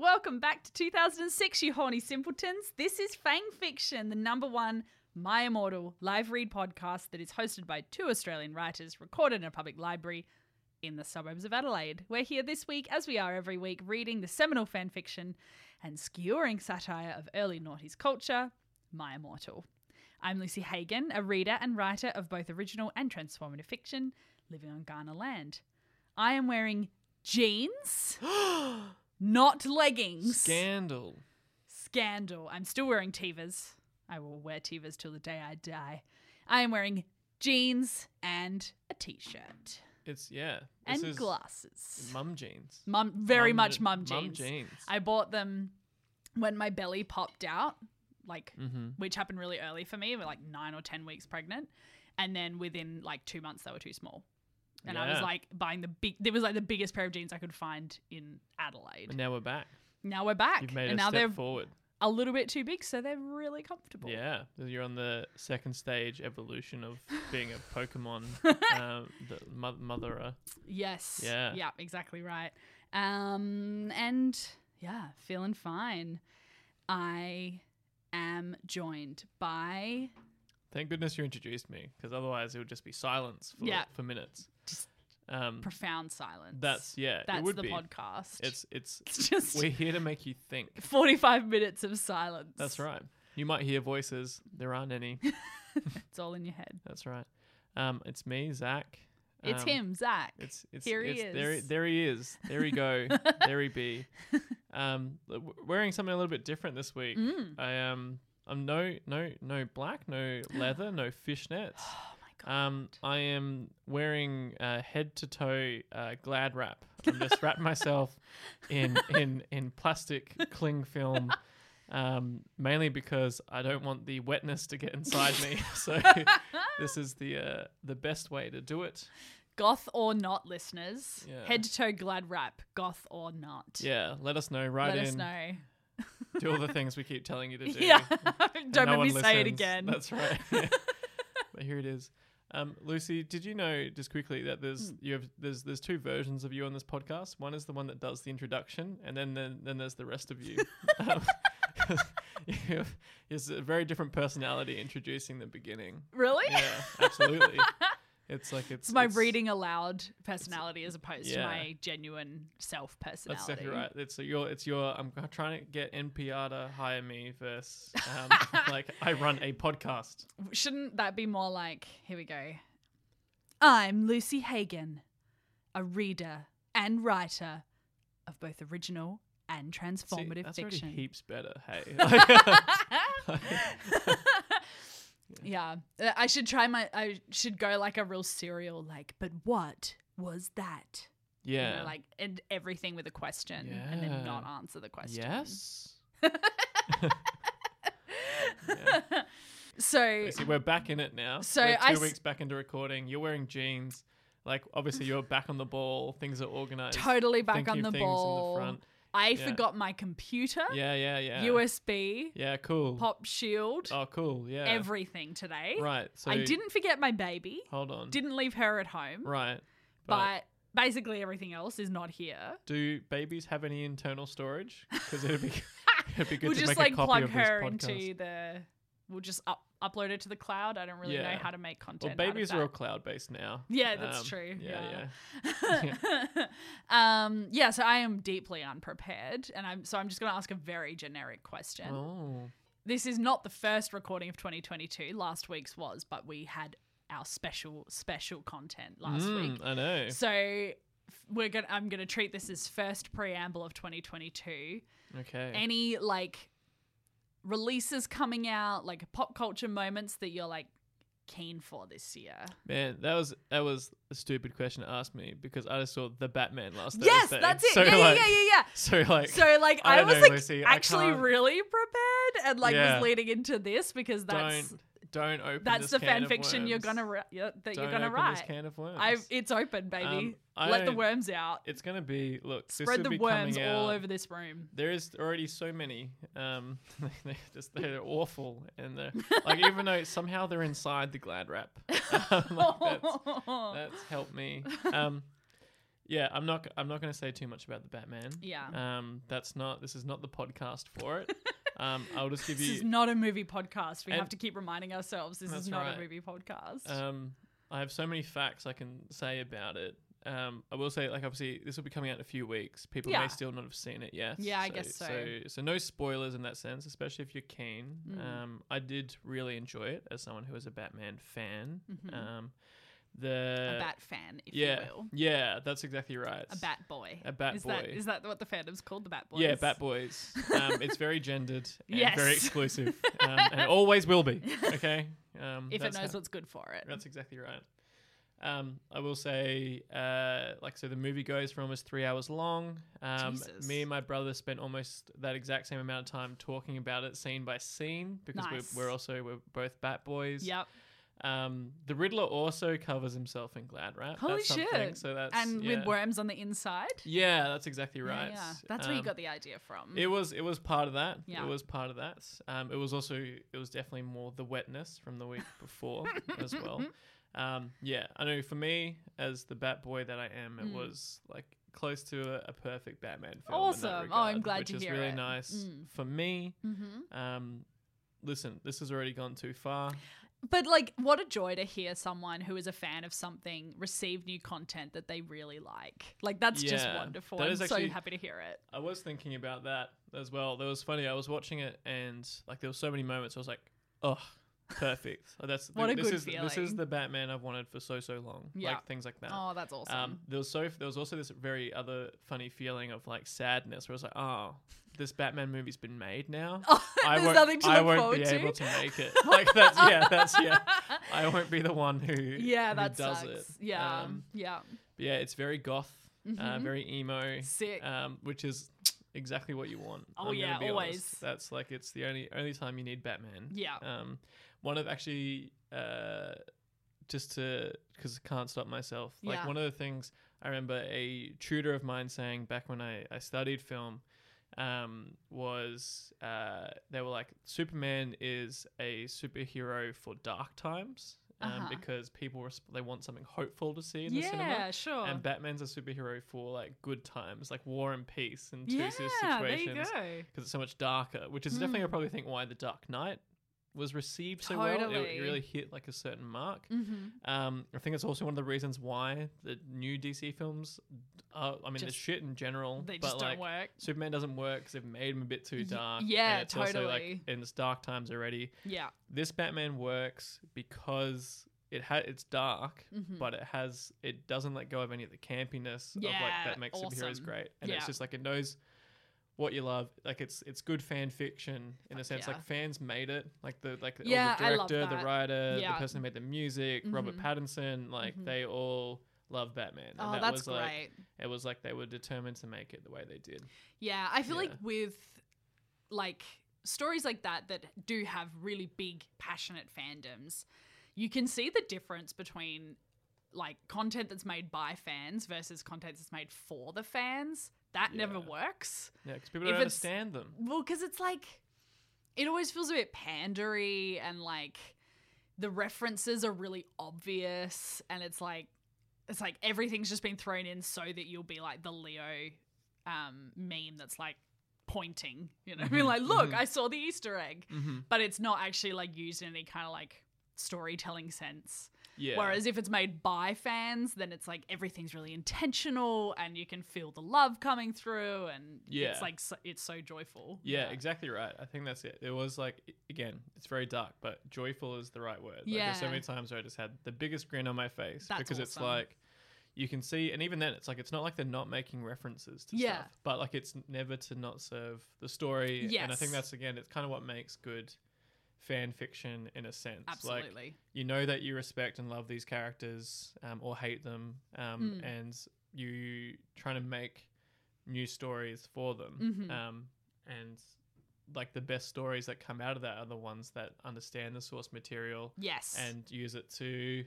welcome back to 2006, you horny simpletons. This is Fang Fiction, the number one My Immortal live read podcast that is hosted by two Australian writers, recorded in a public library in the suburbs of Adelaide. We're here this week, as we are every week, reading the seminal fan fiction and skewering satire of early noughties culture, My Immortal. I'm Lucy Hagen, a reader and writer of both original and transformative fiction, living on Ghana land. I am wearing jeans, not leggings. Scandal. Scandal. I'm still wearing Tevas. I will wear Tevas till the day I die. I am wearing jeans and a t shirt It's yeah. and this is glasses. Mum jeans. Mum, very Mum much je- mum mum jeans. jeans. I bought them when my belly popped out, like Mm-hmm. which happened really early for me, we're like nine or ten weeks pregnant, and then within like two months they were too small, and I was Yeah. like buying the big. There was like the biggest pair of jeans I could find in Adelaide. And now we're back. now we're back, You've made and a now step they're Oh. forward. a little bit too big, so they're really comfortable. Yeah, you're on the second stage evolution of being a Pokemon um, the mo- motherer. Yes. Yeah. Yeah, exactly right. Um, and yeah, feeling fine. I am joined by Thank goodness you introduced me, because otherwise it would just be silence for Yeah. for minutes. Just- um, profound silence. that's yeah. that's it would the be. podcast. It's it's It's just we're here to make you think. 45 minutes of silence. That's right. You might hear voices. There aren't any. It's all in your head. That's right. Um, it's me, Zach. It's Um, him, Zach. It's it's Here he it's, There, is. there he is. There he go. there he be. Um, w- wearing something a little bit different this week. Mm. I um, I'm no no no black, no leather, no fishnets. Oh my god. Um, I am wearing uh, head to toe uh, Glad wrap. I'm just wrapped myself in in in plastic cling film. Um, mainly because I don't want the wetness to get inside me, so this is the uh, the best way to do it. Goth or not, listeners. Yeah. Head to toe glad wrap. Goth or not. Yeah, let us know. Write Let in. us know. Do all the things we keep telling you to do. Yeah. and Don't no make me one say it listens. again. That's right. but here it is. Um, Lucy, did you know just quickly that Hmm. there's you have there's there's two versions of you on this podcast. One is the one that does the introduction, and then then, then there's the rest of you. um, you have- it's a very different personality introducing the beginning. really? Yeah, absolutely. It's like it's, It's my reading aloud personality as opposed to yeah. my genuine self personality. That's exactly right. It's your it's your I'm g- trying to get NPR to hire me versus um, like I run a podcast. Shouldn't that be more like, here we go. I'm Lucy Hagen, a reader and writer of both original and See, transformative that's fiction. already heaps better. Hey, yeah. Uh, I should try my I should go like a real serial like, but what was that? You know, yeah, like and everything with a question and then not Yeah. answer the question. yes. So Lucy, we're back in it now. So we're two I s- weeks back into recording. You're wearing jeans. Like obviously you're back on the ball. Things are organized. totally back Think on of the things in ball. front. I Yeah. forgot my computer, Yeah, yeah, yeah. USB, Yeah, cool. pop shield, Oh, cool. Yeah. everything today. right. So I didn't forget my baby. Hold on. Didn't leave her at home. Right. But basically everything else is not here. Do babies have any internal storage? Because it'd be it'd be good we'll to just make like a copy plug of her this podcast. into the we'll just up, upload it to the cloud. I don't really know Yeah. how to make well, content. out of babies that. are all cloud based now. Yeah, that's true. Yeah, Yeah. yeah. um yeah, so I am deeply unprepared and I'm so I'm just gonna ask a very generic question. Oh, This is not the first recording of 2022. Last week's was, but we had our special special content last Mm, week. I know. So f- we're gonna I'm gonna treat this as first preamble of 2022. Okay. Any like releases coming out, like pop culture moments that you're like keen for this year. Man, that was that was a stupid question to ask me because I just saw the Batman last yes, Thursday. that's it. So yeah, like, yeah, yeah, yeah, yeah. So like, So like I I, don't was know, like Lucy, I actually can't- really prepared and like Yeah. was leading into this because that's don't don't open. that's this the can fan of fiction you're worms. gonna ri- yeah, that Don't you're gonna open write. This can of worms. I it's open, baby. Um, I Let the don't- worms out. it's gonna be look. this Spread will the be worms coming all out- over this room. There is already so many. Um, they're just they're awful, and they're like even though somehow they're inside the Glad wrap. Um, like, that's, that's helped me. Um, yeah, I'm not. I'm not going to say too much about the Batman. Yeah. Um, that's not. This is not the podcast for it. um, I'll just give This is you. not a movie podcast. We And- have to keep reminding ourselves this That's is not right. a movie podcast. Um, I have so many facts I can say about it. Um, I will say, like, obviously, this will be coming out in a few weeks. People Yeah. may still not have seen it yet. Yeah, I guess so. So, so no spoilers in that sense, especially if you're keen. Mm. Um, I did really enjoy it as someone who is a Batman fan. Mhm. Um, a the bat fan, if yeah, you will. yeah, that's exactly right. A bat boy. a bat is That, boy. is that what the fandom's called? The bat boys? Yeah, Bat Boys. Um, it's very gendered and very Yes. exclusive, um, and it always will be. Okay, um, If it that's knows how- what's good for it. that's exactly right. Um, I will say, uh, like, so the movie goes for almost three hours long. Um, Jesus. me and my brother spent almost that exact same amount of time talking about it scene by scene because Nice. we're, we're also we're both Bat Boys. Yep. Um, the Riddler also covers himself in glad wrap. Holy that's something, shit. So that's And yeah. with worms on the inside. Yeah, that's exactly Yeah, right. yeah. That's where you Um, got the idea from. it was it was part of that. Yeah. It was part of that. Um, it was also it was definitely more the wetness from the week before as well. Um, yeah, I know for me as the Bat Boy that I am, it Mm. was like close to a, a perfect Batman film. in that Awesome. Oh, I'm regard, glad which to is hear really it. nice Mm. for me. hmm Um, listen, this has already gone too far. But like, what a joy to hear someone who is a fan of something receive new content that they really like. Like that's just Yeah, wonderful. that I'm is so actually- happy to hear it. I was thinking about that as well. That was funny. I was watching it and like there were so many moments. I was like, oh, perfect. Like, that's What a this good is this is feeling. the Batman I've wanted for so so long. Yeah. Like things like that. Oh, that's awesome. Um, there was so there was also this very other funny feeling of like sadness where I was like, oh, this Batman movie's been made now. oh, I there's won't, nothing to I look won't forward be to. able to make it. Like that's yeah, that's yeah. I won't be the one who yeah, who that does sucks. it. Yeah, Um, yeah, but yeah, it's very goth, uh, Mhm. very emo, sick. um, which is exactly what you want. Oh, gonna yeah, be honest. always. That's like it's the only only time you need Batman. yeah, Um, one of actually, uh, just to because I can't stop myself. Like Yeah. one of the things I remember a tutor of mine saying back when I I studied film, um, was uh, they were like Superman is a superhero for dark times. Um, Uh-huh. Because people resp- they want something hopeful to see in the yeah, cinema, sure. and Batman's a superhero for like good times, like war and peace, and two yeah, there you situations go. because it's so much darker. Which is definitely, I Mm. probably think why the Dark Knight was received so well. It- It, Totally. really hit like a certain mark. Mm-hmm. Um, I think it's also one of the reasons why the new DC films, are, I mean, they're Just- shit in general, They but just like don't work. Superman doesn't work because they've made him a bit Y- too dark. yeah, and it's Also like, totally. and it's dark times already. Yeah, This Batman works because it had it's dark, Mhm. but it has it doesn't let go of any of the campiness of like Yeah, that makes superheroes awesome. great, and it's Yeah. just like it knows what you love. Like it's it's good fan fiction in the Fuck sense yeah. like fans made it, like the like all Yeah, the I love director, the that. writer, Yeah. the person who made the music, Robert Mhm. Pattinson, like Mhm. they all love Batman, and oh, that that's was like great. it was like they were determined to make it the way they did. Yeah, I feel like Yeah. with like stories like that that do have really big passionate fandoms, you can see the difference between like content that's made by fans versus content that's made for the fans. That never Yeah. works. Yeah, because people If don't it's- understand them. Well, because it's like it always feels a bit pandery and like the references are really obvious and it's like it's like everything's just been thrown in so that you'll be like the Leo um, meme that's like pointing, you know, being Mhm, like, look, mhm. I saw the Easter egg. Mm-hmm. But it's not actually like used in any kind of like storytelling sense. Yeah. Whereas if it's made by fans, then it's like everything's really intentional and you can feel the love coming through and Yeah. it's like so, it's so joyful. Yeah, exactly right. I think that's it. It was like i- again, it's very dark, but joyful is the right word. Like, there's so Yeah. many times where I just had the biggest grin on my face That's because it's awesome. like you can see, and even then, it's like it's not like they're not making references to Yeah. stuff, but like it's never to not serve the story. And I think Yes. that's again, it's kind of what makes good fan fiction in a sense. Like Absolutely. you know that you respect and love these characters um, or hate them, um, Mm. and you trying to make new stories for them. Mhm. Um, and like the best stories that come out of that are the ones that understand the source material yes. and use it to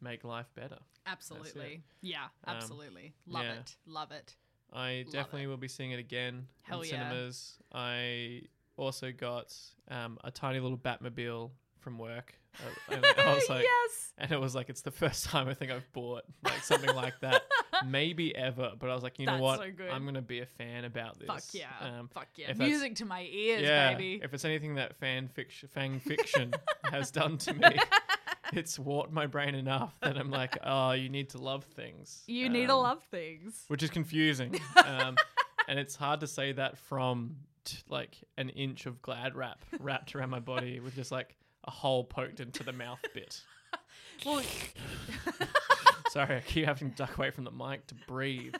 make life better. absolutely. Yeah, Um, absolutely. Love yeah. it. Love it. I Love definitely it. will be seeing it again Hell in yeah. cinemas. I also got um, a tiny little Batmobile from work. I, I- I was like, yes. and it was like it's the first time I think I've bought like something like that. maybe ever, but I was like, you That's know what? so good. I'm gonna be a fan about this. um, Fuck yeah. Fuck yeah. if that's- Music to my ears, yeah. baby. If it's anything that fan fiction, fan fiction has done to me, it's warped my brain enough that I'm like, oh, you need to love things. You need to Um, love things. which is confusing. um, and it's hard to say that from t- like an inch of glad wrap wrapped around my body with just like a hole poked into the mouth bit. Well, Sorry, I keep having to duck away from the mic to breathe.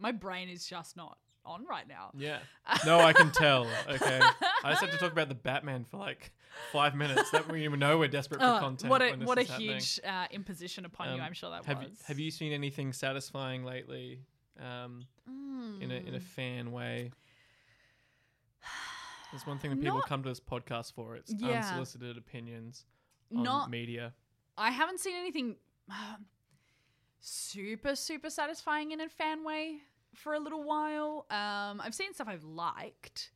my brain is just not on right now. Yeah. No, I can tell. Okay. I just had to talk about the Batman for like five minutes. That we even know we're desperate for Oh, content. what a when this what a is happening. huge uh, imposition upon you! Um, I'm sure that have was. you, have you seen anything satisfying lately? Um, Hmm. in a in a fan way. There's one thing that people Not- come to this podcast for. It's Yeah. unsolicited opinions on Not. media. I haven't seen anything um, super super satisfying in a fan way for a little while. Um, I've seen stuff I've liked.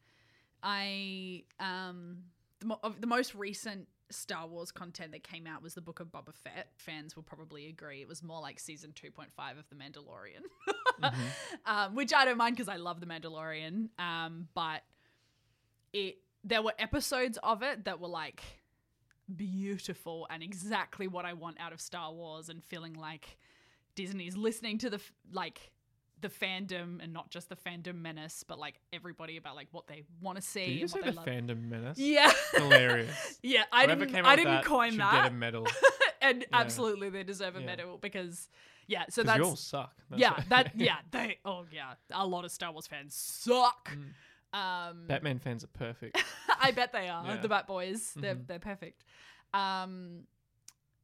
I um, the, mo- of the most recent Star Wars content that came out was the Book of Boba Fett. Fans will probably agree it was more like season 2.5 of The Mandalorian. Mhm. um, which I don't mind because I love The Mandalorian. Um, but it there were episodes of it that were like beautiful and exactly what I want out of Star Wars, and feeling like Disney's listening to the f- like the fandom and not just the fandom menace, but like everybody about like what they want to see Did you and just say what the they love. fandom menace? yeah, Hilarious. yeah. I Whoever didn't. came up I with didn't that coin should that, get a medal. and Yeah. absolutely they deserve a Yeah. medal because yeah. So Because that's you all suck. That's yeah, what- that yeah, they oh yeah, a lot of Star Wars fans suck. Mm. Um, Batman fans are perfect. I bet they are Yeah. the Bat Boys. They're Mhm. they're perfect. Um,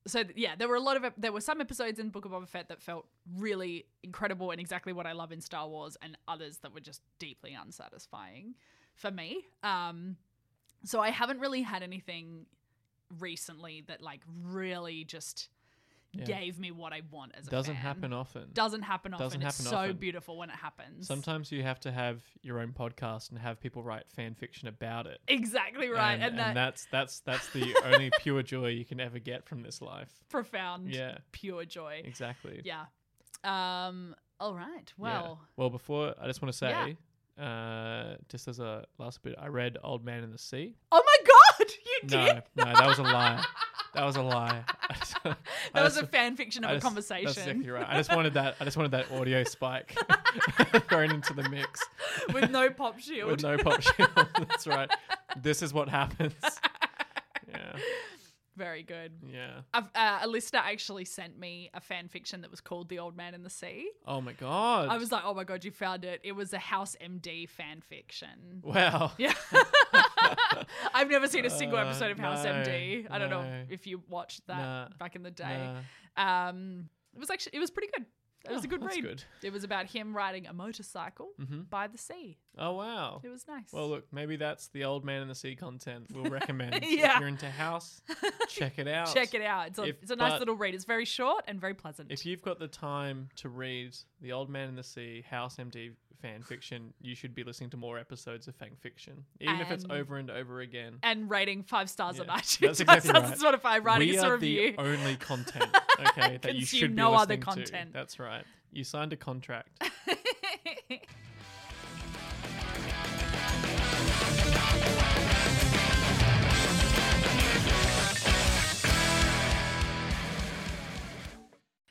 so th- yeah, there were a lot of ep- there were some episodes in Book of Boba Fett that felt really incredible and exactly what I love in Star Wars, and others that were just deeply unsatisfying for me. Um, so I haven't really had anything recently that like really just Yeah. gave me what I want as a Doesn't fan. happen often. Doesn't happen often. Doesn't it's happen so often. beautiful when it happens. Sometimes you have to have your own podcast and have people write fan fiction about it. Exactly right. And, and, that, that's that's that's the only pure joy you can ever get from this life. profound, Yeah, pure joy. exactly. Yeah. Um. All right. Yeah. Well. Well, before I just want to Yeah. say, uh, just as a last bit, I read Old Man in the Sea. Oh my God! You No, did. no, that was a lie. That was a lie. I just- I That was a just- fan fiction of I a just- conversation. That's exactly right. I just wanted that. I just wanted that audio spike thrown into the mix With no pop shield. with no pop shield. That's right. This is what happens. Yeah, Very good. yeah. I've, uh, a listener actually sent me a fan fiction that was called "The Old Man in the Sea." Oh my god. I was like, "Oh my god, you found it!" It was a House MD fan fiction. wow. Yeah. I've never seen a single Uh, episode of House no, MD. I don't know no. if you watched that Nah, back in the day. Nah. Um, it was actually it was pretty good. It was Oh, a good that's read. good. It was about him riding a motorcycle Mhm. by the sea. Oh wow. It was nice. Well, look, maybe that's the old man in the sea content we'll recommend. Yeah. If you're into house, check it out. check it out. It's a, If- it's a nice but- little read. It's very short and very pleasant. If you've got the time to read The Old Man in the Sea House MD fan fiction, you should be listening to more episodes of fan fiction, even if it's And- over and over again. and rating five stars on Yeah, iTunes. that's exactly on right. Spotify, writing we us a are review. the only content, okay, that you Consume should be no other listening content. to. That's right. You signed a contract.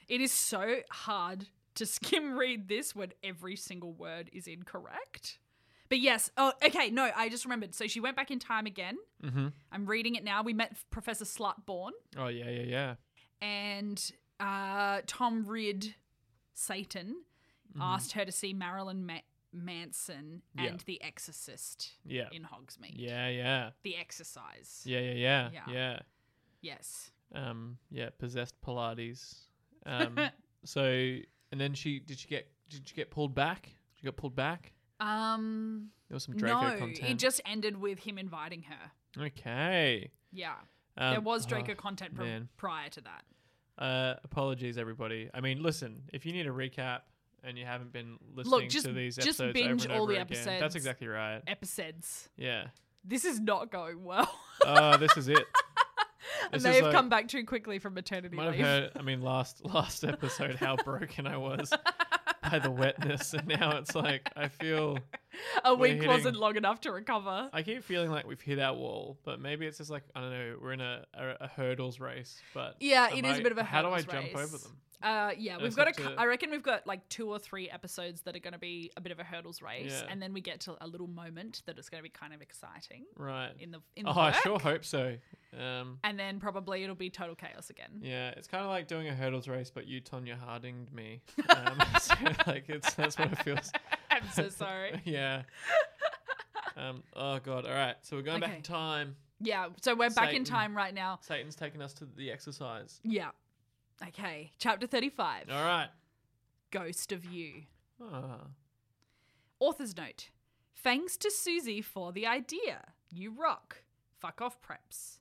It is so hard to skim read this when every single word is incorrect. But yes, oh, okay, no, I just remembered. So she went back in time again. mm-hmm. I'm reading it now. We met Professor Slutborn Oh yeah, yeah, yeah. and uh, Tom Ridd, Satan, asked her to see Marilyn Ma- Manson and Mm-hmm. Yeah. The Exorcist Yeah. in Hogsmeade. Yeah, yeah. The Exercise. Yeah, yeah, Yeah. yeah. Yeah. Yes. um yeah possessed pilates um so and then she did she get did she get pulled back she got pulled back Um, there was some draco no, content it just ended with him inviting her. okay Yeah. um, there was oh, Draco content pr- man. prior to that. uh apologies everybody i mean listen if you need a recap and you haven't been listening just- to these just episodes over binge and all the over again, episodes. that's exactly right Episodes. yeah This is not going well. oh this is it and It's they just have like- come back too quickly from maternity Might have leave. heard. I mean, last last episode, how broken I was by the wetness, and now it's like I feel. A we're week hitting- wasn't long enough to recover. I keep feeling like we've hit our wall, but maybe it's just like I don't know. We're in a, a, a hurdles race, but Yeah, am it is a I- bit of a How do I hurdles jump over race. them? Uh, yeah, we've it's got a. up cou- to- I reckon we've got like two or three episodes that are going to be a bit of a hurdles race, Yeah. and then we get to a little moment that it's going to be kind of exciting Right. in the in the Oh, I work. sure hope so. Um, And then probably it'll be total chaos again. yeah, it's kind of like doing a hurdles race, but you Tonya Hardinged me. Um, so, like it's that's what it feels. I'm so sorry. yeah. Um, oh God. All right. So we're going back Okay. in time. Yeah, so we're back in Satan. time right now. Satan's taking us to the exercise. Yeah. Okay, chapter 35 All right. Ghost of You. Ah. Author's note Thanks to Susie for the idea. You rock. Fuck off, preps.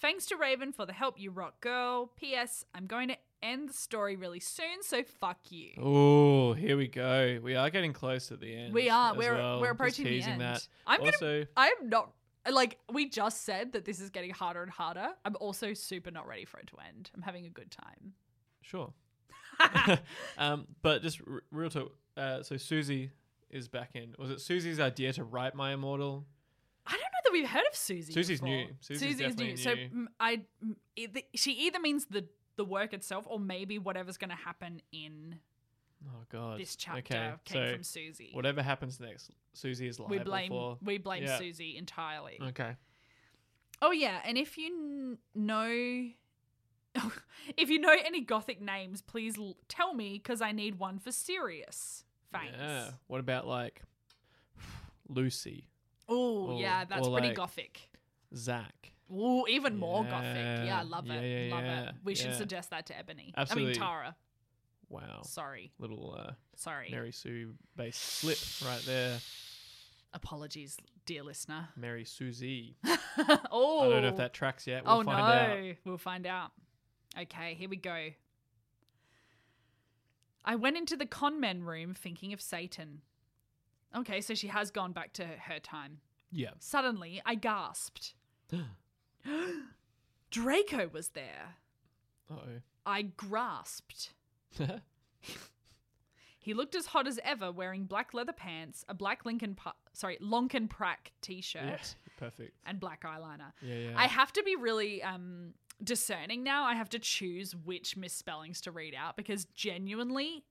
Thanks to Raven for the help, you rock girl. P.S. I'm going to end the story really soon, so fuck you. Oh, here we go. We are getting close to the end. we are. as We're, well. we're Just approaching the teasing end. That. I'm gonna. also, I'm not. Like, we just said that this is getting harder and harder. I'm also super not ready for it to end. I'm having a good time. sure. Ah. um, but just r- real talk. Uh, so Susie is back in. Was it Susie's idea to write My Immortal? I don't know that we've heard of Susie. Susie's before. new. Susie's definitely So new. mm, I, mm, either, she either means the the work itself, or maybe whatever's going to happen in Oh God. this chapter Okay. came so from Susie. whatever happens next, Susie is liable We blame for. we blame Yeah. Susie entirely. Okay. Oh yeah, and if you n- know. if you know any gothic names, please l- tell me because I need one for Sirius. Thanks. Yeah. What about like Lucy, Oh Or- yeah, that's or pretty like- gothic. Zach? Ooh, even more gothic. Yeah, Yeah. I love it. Yeah, yeah, love yeah, it. We should yeah. suggest that to Ebony. I Absolutely. mean Tara. Wow. Sorry. Little uh, Sorry. Mary Sue based slip right there. Apologies, dear listener. Mary Susie. oh. I don't know if that tracks yet. We'll oh find out. no. We'll find out. Okay, here we go. I went into the con men room thinking of Satan. Okay, so she has gone back to her time. Yeah. Suddenly, I gasped. Draco was there. Uh I grasped. oh. He looked as hot as ever, wearing black leather pants, a black Lincoln, pa- sorry, Lonkin Prack t-shirt, yeah. Perfect. and black eyeliner. Yeah, yeah. I have to be really um, discerning now. I have to choose which misspellings to read out because genuinely,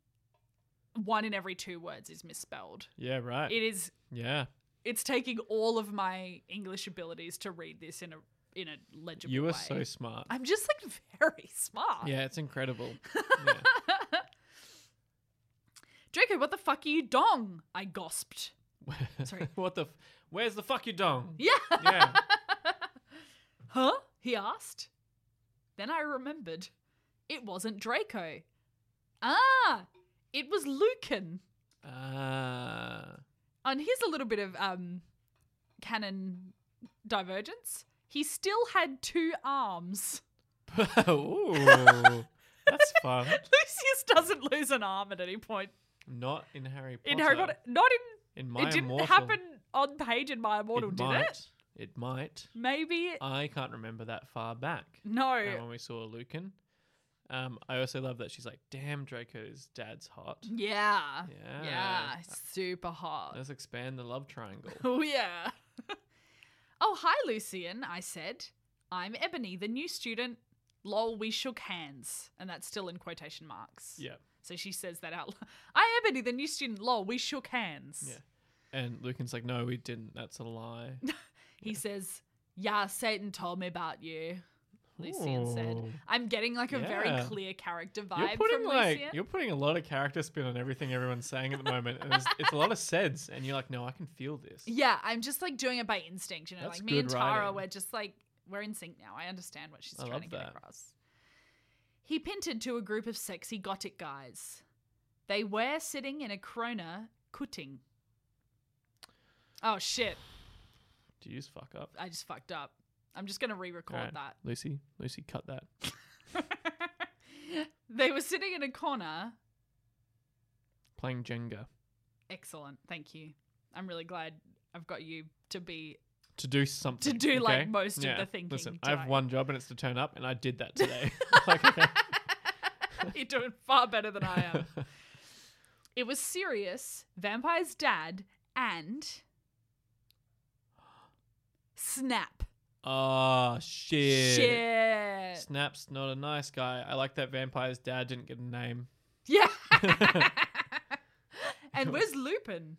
one in every two words is misspelled. yeah, right. It is. yeah. It's taking all of my English abilities to read this in a in a legible You way. are so smart. I'm just like very smart. yeah, it's incredible. yeah. Draco, what the fuck are you dong? I gosped. Sorry. what the? F- where's the fuck you dong? Yeah. yeah. Huh? He asked. Then I remembered. It wasn't Draco. Ah, it was Lucan. Ah. And here's a little bit of um, canon divergence. He still had two arms. Ooh. That's fun. Lucius doesn't lose an arm at any point Not in Harry Potter. in Harry Potter. Not in. In my it didn't immortal. happen on page in My Immortal, it did might. it? It might. Maybe. I can't remember that far back. no. uh, when we saw Lucan. Um, I also love that she's like, "Damn, Draco's dad's hot." Yeah. Yeah. Yeah. Super hot. Let's expand the love triangle. Oh, yeah. oh, hi, Lucian, I said. I'm Ebony, the new student. Lol, we shook hands. And that's still in quotation marks. yeah, So she says that out loud. I, Ebony, the new student. Lol, we shook hands. yeah. And Lucan's like, "No, we didn't. That's a lie." He says, Yeah, Satan told me about you. Lucian said. Ooh. I'm getting like a very Yeah. clear character vibe You're putting from like Lucian. you're putting a lot of character spin on everything everyone's saying at the moment, and it's, it's a lot of seds. And you're like, "No, I can feel this." Yeah, I'm just like doing it by instinct, you know. That's like me and good Tara, writing. we're just like we're in sync now. I understand what she's I trying to love get that. across. He pinted to a group of sexy gothic guys. They were sitting in a krona cutting. Oh shit! Do you just fuck up? I just fucked up. I'm just gonna All re-record right, Lucy, Lucy, cut that. that. they were sitting in a corner. Playing Jenga. Excellent, thank you. I'm really glad I've got you to be to do something. do, like, okay? most of the thinking Listen, I have tonight. one job and it's to turn up, and I did that today. like, okay. You're doing far better than I am. it was Sirius, Vampire's dad, and Snap. Oh shit. Shit. Snap's not a nice guy. I like that vampire's dad didn't get a name. Yeah. and where's Lupin?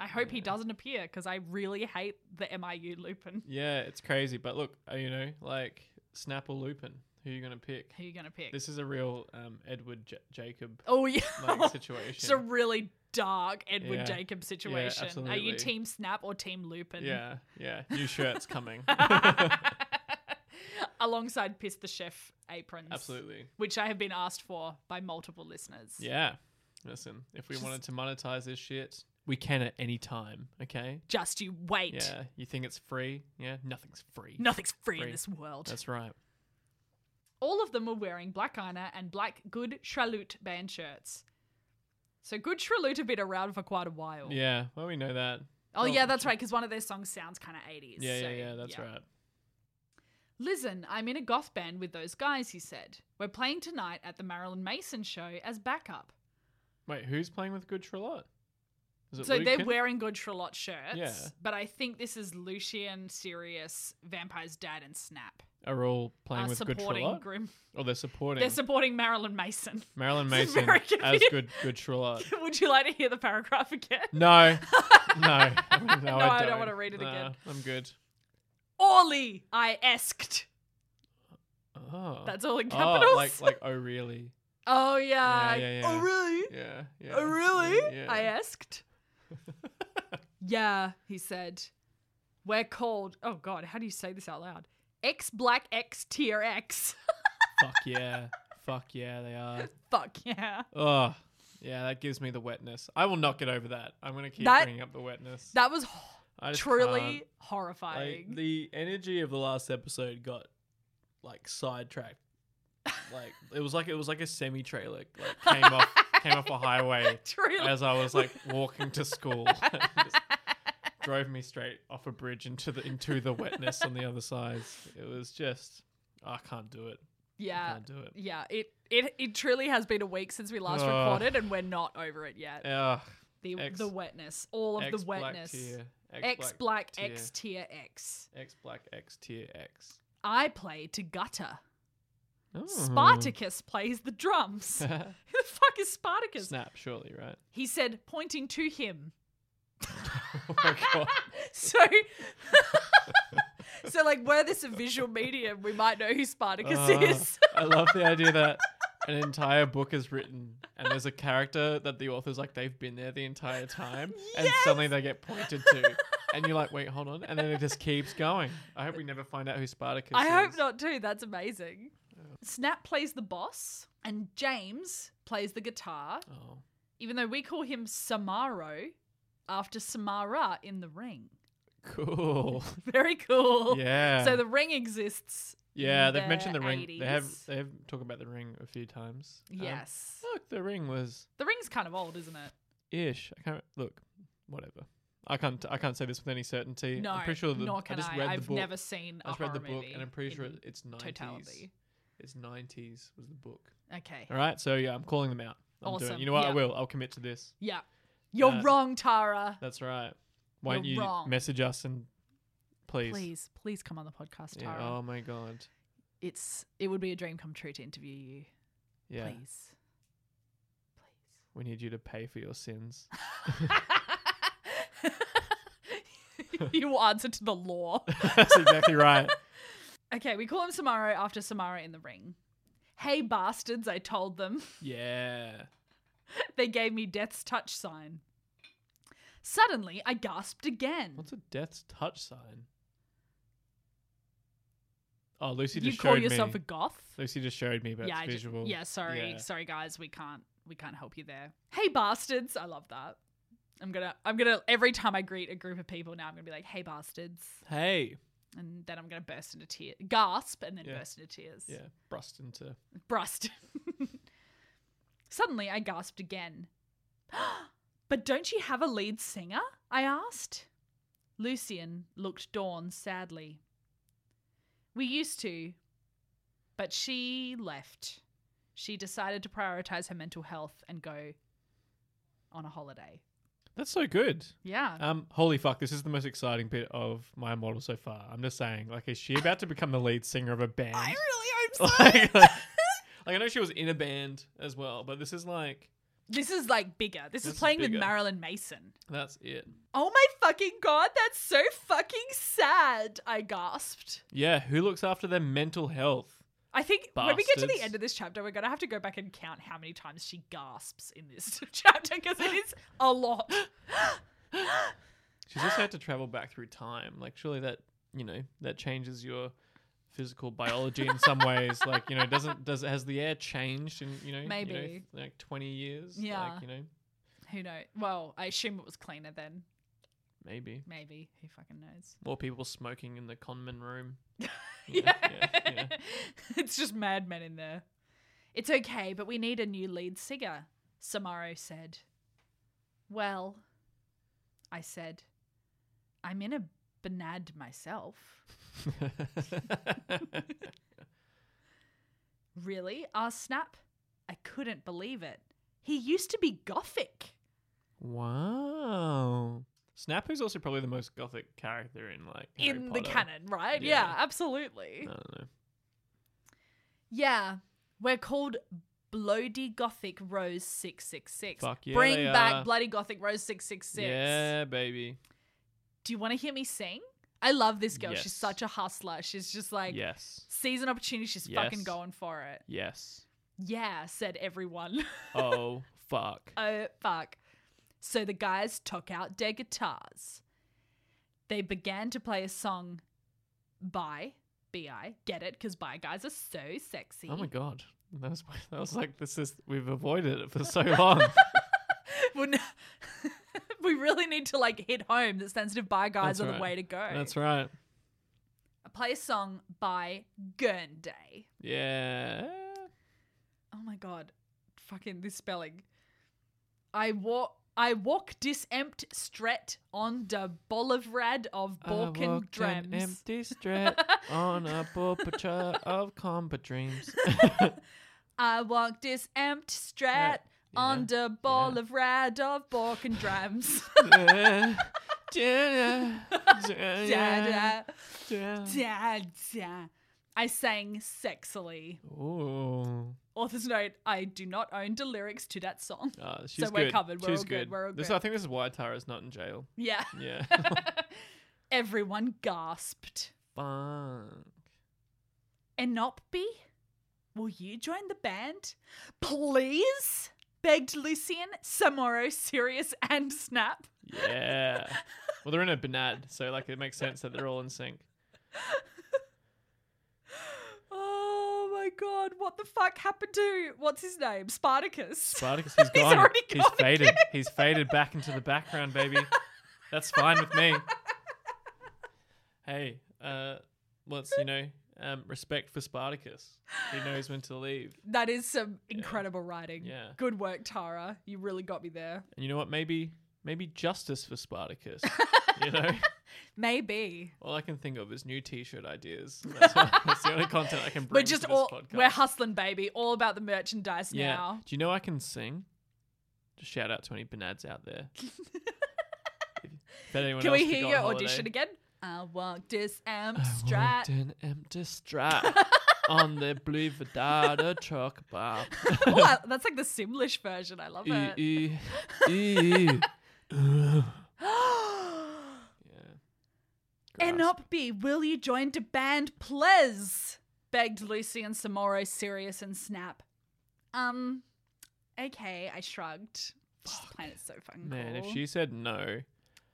I hope he doesn't appear because I really hate the MIU Lupin. Yeah, it's crazy. But look, uh, you know, like Snap or Lupin, who are you gonna pick? Who you going to pick? This is a real um, Edward J- Jacob oh, yeah. like situation. It's a really dark Edward Yeah. Jacob situation. Are absolutely. you Team Snap or Team Lupin? yeah, yeah. New shirts coming. Alongside Piss the Chef aprons. Absolutely. Which I have been asked for by multiple listeners. Yeah. Listen, if we wanted to monetize this shit, we can at any time. Okay. Just you wait. Yeah. You think it's free? Yeah. Nothing's free. Nothing's free, Free. in this world. That's right. All of them were wearing black eyeliner and black Good Shalut band shirts. So Good Shalut have been around for quite a while. Yeah. Well, we know that. Oh, yeah, that's right, because one of their songs sounds kind of 80s. Yeah, so, yeah, yeah. That's right. Listen, I'm in a goth band with those guys, he said. We're playing tonight at the Marilyn Mason show as backup. Wait, who's playing with Good Charlotte? Is So they're Lucan? wearing good Charlotte shirts, Yeah. but I think this is Lucian, Sirius, Vampire's dad, and Snap are all playing are with Good supporting Charlotte, Grim. or they're supporting They're supporting Marilyn Mason. Marilyn This is Mason very as confusing. Good Good Charlotte. Would you like to hear the paragraph again? No, no, no. No, I I don't, don't wanna read it again. I'm good. Orly, I esked. Oh, That's all in capitals. oh, like like oh really? oh yeah. Yeah, yeah, Oh yeah. really? Yeah, yeah. Oh really? Yeah. I asked. yeah, he said. We're called. Oh god, how do you say this out loud? X Black X Tier X. Fuck yeah. Fuck yeah, they are. Fuck yeah. Oh, yeah, that gives me the wetness. I will not get over that. I'm gonna keep That- bringing up the wetness. That was I just truly can't. horrifying. Like, the energy of the last episode got like sidetracked. Like it was like it was like a semi trailer like came off came off a highway truly. as I was like walking to school. It just drove me straight off a bridge into the into the wetness on the other side. It was just "Ah, I can't do it. I yeah. can't do it. Yeah, it, it it truly has been a week since we last Ugh. recorded and we're not over it yet. Ugh. The X- the wetness, all of X the black wetness. tier, X black tier, X tier X. X black X tier X. I play to gutter. Oh. Spartacus plays the drums. Who the fuck is Spartacus? Snap, surely, right? He said, pointing to him. Oh my god. So, so like, were this a visual medium, we might know who Spartacus Uh, is. I love the idea that an entire book is written and there's a character that the author's like they've been there the entire time and suddenly they get pointed to. And you're like, wait, hold on. And then it just keeps going. I hope we never find out who Spartacus I is. hope not too. That's amazing. Snap plays the boss, and James plays the guitar. Oh. Even though we call him Samaro, after Samara in the Ring. Cool. Very cool. Yeah. So the Ring exists. yeah, the they've mentioned the ring. They have 80s. they have talked about the ring a few times. Um, Yes. look, the ring was The Ring's kind of old, isn't it? ish. I can't look, whatever. I can't I can't say this with any certainty. No, I'm pretty sure the nor I can just I. read I've the book. never seen. I a just read the horror book, and movie I'm pretty sure in it- it's 90s. totality. It's 90s was the book. Okay. All right, so yeah, I'm calling them out. I'm doing. Awesome, it. You know what? I yeah. will. I'll commit to this. Yeah, you're Uh, wrong, Tara. That's right. Why don't You're you wrong. message us and please? Please, please come on the podcast, Yeah, Tara. Oh my god. It's it would be a dream come true to interview you. Yeah. Please, please. We need you to pay for your sins. you answer to the law. That's exactly right. Okay, we call him Samaro after Samara in the ring. Hey bastards, I told them. Yeah. They gave me death's touch sign. Suddenly, I gasped again. What's a death's touch sign? Oh, Lucy you just call showed yourself me. a goth? Lucy just showed me, but yeah, I it's ju- visual. yeah, sorry, Yeah. sorry guys, we can't we can't help you there. Hey bastards, I love that. I'm gonna I'm gonna every time I greet a group of people now I'm gonna be like, hey bastards, Hey. and then I'm gonna burst into tears, gasp, and then Yeah. burst into tears. Yeah, brust into. Brust. Suddenly, I gasped again. but don't you have a lead singer? I asked. Lucian looked Dawn sadly. We used to, but she left. She decided to prioritize her mental health and go on a holiday. That's so good. Yeah. Um, holy fuck, this is the most exciting bit of my model so far. I'm just saying, like, is she about to become the lead singer of a band? I really hope so. Um, like, like, I know she was in a band as well, but this is like, this is like bigger. This, This is is playing with bigger. Marilyn Mason. that's it. Oh my fucking god, that's so fucking sad, I gasped. Yeah, who looks after their mental health? I think when we get to the Bastards. end of this chapter, we're going to have to go back and count how many times she gasps in this chapter because it is a lot. She's also had to travel back through time. Like, surely that, you know, that changes your physical biology in some ways. Like, you know, doesn't, does, has the air changed in, you know, you know, Maybe. like 20 years? Yeah. Like, you know, Who knows? Well, I assume it was cleaner then. maybe. Maybe. Who fucking knows? More people smoking in the conman room. Yeah. yeah. it's just madmen in there. It's okay, but we need a new lead singer, Samaro said. Well, I said, I'm in a banad myself. Really? asked Snap. I couldn't believe it. He used to be gothic. wow. Snap is also probably the most gothic character in like Harry in the Potter. canon, right? Yeah, Yeah. absolutely. I don't know. Yeah. We're called Bloody Gothic Rose 666. Fuck yeah, Bring they back are. Bloody Gothic Rose 666. Yeah, baby. Do you want to hear me sing? I love this girl. She's Yes. such a hustler. She's just like, yes. sees an opportunity. She's fucking Yes. going for it. Yes. Yeah, said everyone. Oh fuck. Oh, fuck. So the guys took out their guitars. They began to play a song by B.I. Get it? Because by guys are so sexy. Oh my god. That was that was like this is we've avoided it for so long. Well, no- we really need to like hit home that sensitive by guys That's are the right. way to go. That's right. Play a song by Gurn Day. Yeah. Oh my god, fucking this spelling. I walk. I walk disempt stret on de bolivrad of I Balkan walked an dreams. empty strat on a picture of combat dreams. I walk disempt strat Yeah, on de bolivrad of Balkan dreams. Da, da, da, da, da, da. da, da. I sang sexily. Ooh. Author's note: I do not own the lyrics to that song. Uh, she's we're good. covered, we're she's all good, we're all This, good. I think this is why Tara's not in jail. Yeah. Yeah. Everyone gasped. Fuck. Enopby, will you join the band, please? Begged Lucian, Samoro, Sirius, and Snap. Yeah. Well, they're in a banad, so like it makes sense that they're all in sync. Oh my god, what the fuck happened to what's his name? Spartacus. Spartacus, he's gone. already he's gone faded. He's faded back into the background, baby. That's fine with me. Hey, uh, let's you know, um, respect for Spartacus. He knows when to leave. that is some incredible writing. Yeah. Good work, Tara. You really got me there. And you know what? Maybe, maybe justice for Spartacus. You know, Maybe. all I can think of is new T-shirt ideas. That's, what, that's the only content I can bring We're just to this all podcast. we're hustling, baby. All about the merchandise yeah. now. Do you know I can sing? Just shout out to any banads out there. If anyone Can else we could hear go on your holiday. audition again? I walk this amp I strat. walked an empty strat on the blue Vedada truck bar. E, oh, I- that's like the Simlish version. I love Ee, it. ee, ee, ee. Yeah. Grasp. Enopby, will you join the band, please? Begged Lucy and Samoro, Sirius and Snap. Um, okay, I shrugged. This planet's so fucking Man, if cool. she said no,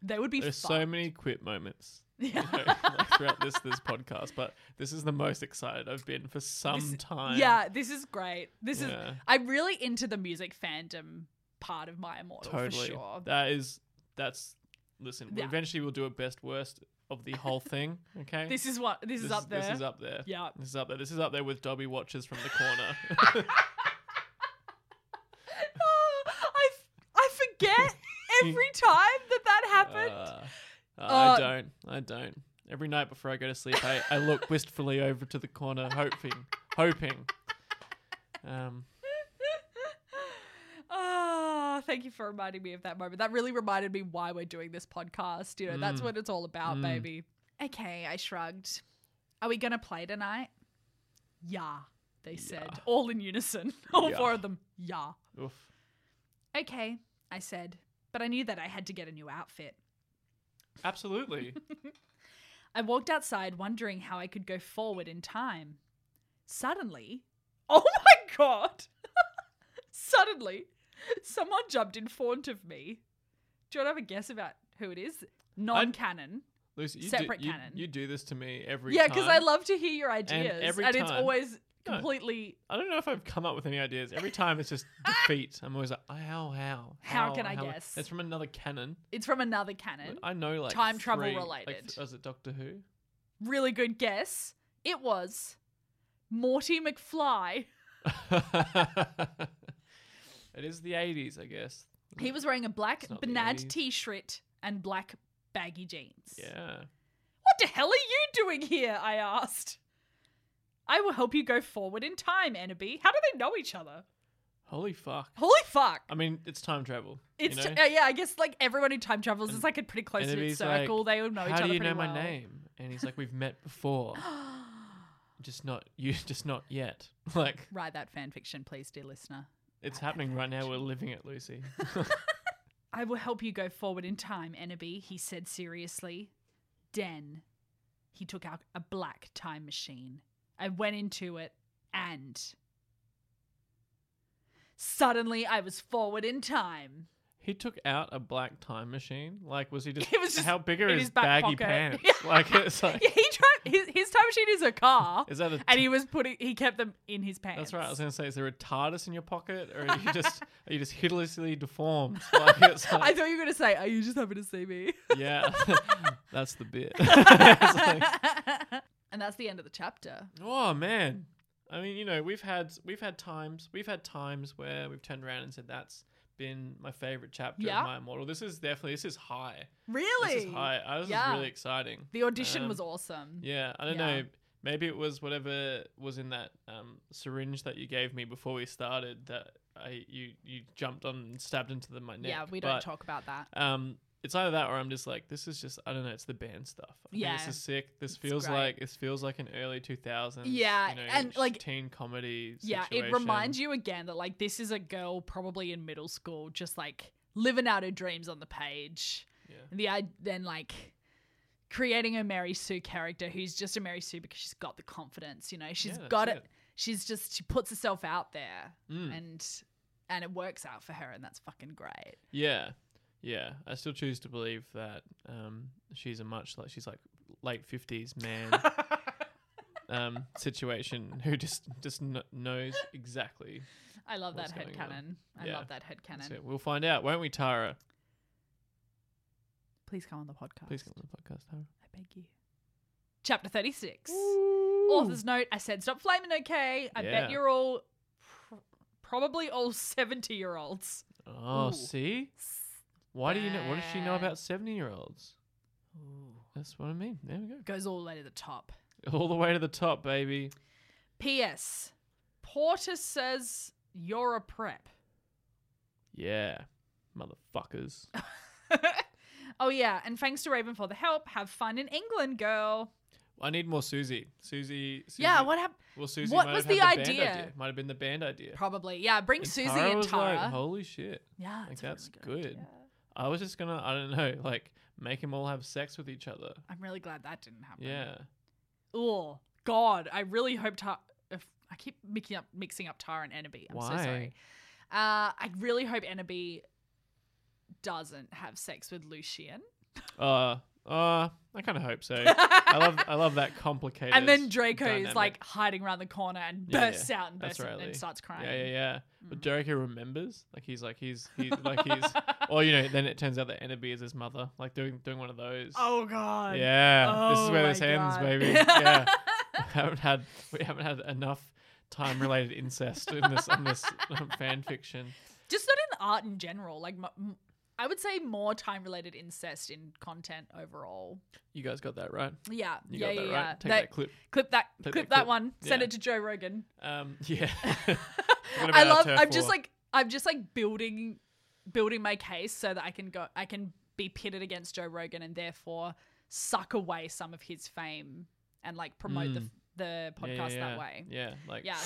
they would be there's so fucked. many quit moments you Yeah. know, like throughout this this podcast, but this is the most excited I've been for some This- time. Yeah, this is great. This is. oh, Yeah. I'm really into the music fandom part of my immortal totally. for sure. That is that's listen, Yeah. eventually we'll do a best worst of the whole thing, okay? This is what this, is up there. This is up there. Yeah. This is up there. This is up there with Dobby watches from the corner. Oh, I f- I forget every time that that happened. Uh, Uh, Uh, I don't. I don't. Every night before I go to sleep, I, I look wistfully over to the corner, hoping, hoping. Um, Oh, thank you for reminding me of that moment. That really reminded me why we're doing this podcast. You know, that's Mm. what it's all about, Mm. baby. Okay, I shrugged. Are we going to play tonight? Yeah, they said, Yeah. all in unison. All Yeah. four of them. Yeah. oof. Okay, I said, but I knew that I had to get a new outfit. Absolutely. I walked outside wondering how I could go forward in time. Suddenly, oh my god! Suddenly, someone jumped in front of me. Do you want to have a guess about who it is? Non canon. Lucy, you, Separate do, you, canon. you do this to me every Yeah, time. because I love to hear your ideas. And, every it's time- always No. completely I don't know if I've come up with any ideas. Every time it's just defeat. I'm always like, how, how, How can I guess? It's from another canon. it's from another canon. I know, like Time travel three- Like, related. th- was it Doctor Who? Really good guess. It was Morty McFly. it is the 80s, I guess. He was wearing a black It's not the Benad 80s. t shirt and black baggy jeans. Yeah. What the hell are you doing here? I asked. I will help you go forward in time, Enderby. How do they know each other? Holy fuck. Holy fuck. I mean, it's time travel. It's Uh, you know? uh, yeah, I guess like everyone who time travels is And- like a pretty close and knit he's like, circle. they all know each How other. do you know pretty my well." name? And he's like, we've met before, just not you, just not yet. Like Write that fan fiction, please, dear listener. it's happening right now. We're living it, Lucy. I will help you go forward in time, Enderby, he said seriously. Den. He took out a black time machine. I went into it and. Suddenly, I was forward in time. He took out a black time machine. Like, was he just? It was just how big are in his, his back baggy pocket. pants? Yeah. Like, it's like, Yeah, he tried. His, his time machine is a car, is that a? and he was putting. He kept them in his pants. that's right. I was gonna say, is there a TARDIS in your pocket, or are you just are you just hideously deformed? Like, it's I like, thought you were gonna say, "Are you just happy to see me?" yeah, that's the bit. It's like- and that's the end of the chapter. Oh man. I mean, you know, we've had we've had times we've had times where we've turned around and said that's been my favorite chapter Yeah. of my immortal. This is definitely this is high. Really, This is high. Uh, this Yeah. is really exciting. the audition was Um, awesome. Yeah, I don't Yeah. know. Maybe it was whatever was in that um, syringe that you gave me before we started that I you you jumped on and stabbed into the, my neck. yeah, we don't but, talk about that. Um, it's either that or I'm just like this is just I don't know. It's the band stuff. I think Yeah. this is sick. This It's feels great. like this feels like an early 2000s. Yeah, you know, and, like- teen comedy. Yeah, it situation. reminds you again that like this is a girl probably in middle school, just like living out her dreams on the page. Yeah. And the I then like creating a Mary Sue character who's just a Mary Sue because she's got the confidence, you know. she's that's got it. it. She's just she puts herself out there Mm. and and it works out for her and that's fucking great. Yeah, yeah. I still choose to believe that um, she's a much like she's like late fifties man um, situation who just just kn- knows exactly. I love What's that head going on? cannon. I Yeah. love that head That's cannon. it. We'll find out, won't we, Tara? Please come on the podcast. Please come on the podcast, Tara. I beg you. Chapter 36. Author's note I said, stop flaming, okay? I Yeah. bet you're all pr- probably all 70 year olds. Oh, Ooh. see, why do you know? What does she know Bad. about seventy-year-olds? That's what I mean. There we go. Goes all the way to the top. All the way to the top, baby. P.S. Porter says, you're a prep. Yeah, motherfuckers. oh, yeah. And thanks to Raven for the help. Have fun in England, girl. I need more Susie. Susie. Susie Yeah, what happened? Well, Susie. What might was have the had the idea? Band idea? Might have been the band idea. Probably. Yeah, bring And Susie Tara and was Tara. like, Holy shit! yeah, Like it's a that's really good. idea. I was just gonna, I don't know, like make them all have sex with each other. I'm really glad that didn't happen. Yeah. Oh God, I really hope Tar. If I keep mixing up mixing up Tara and Enderby. I'm so sorry. Uh, I really hope Enderby doesn't have sex with Lucian. Uh. Uh. I kind of hope so. I love, I love that complicated. and then Draco dynamic. is like hiding around the corner and Yeah, yeah. bursts out and That's bursts in right, and Lee. starts Yeah, crying. yeah, yeah. But Draco remembers, like he's like he's he's like he's, or you know, then it turns out that Enderby is his mother, like doing doing one of those. oh God. Yeah, this is Oh where my this ends, God. baby. Yeah, haven't had we haven't had enough time related incest in this on this um, fan fiction. Just not in art in general. Like m- m- I would say more time related incest in content overall. You guys got that right. Yeah, You yeah, got yeah. that yeah. right. Take That- that clip. clip that, Take clip that that, clip. one. Send Yeah. it to Joe Rogan. Um, yeah. Forgot I about our love. turf I'm just war. like I'm just like building building my case so that I can go. I can be pitted against Joe Rogan and therefore suck away some of his fame and like promote the Mm. the Yeah, podcast yeah, yeah. that way. Yeah, like Yeah.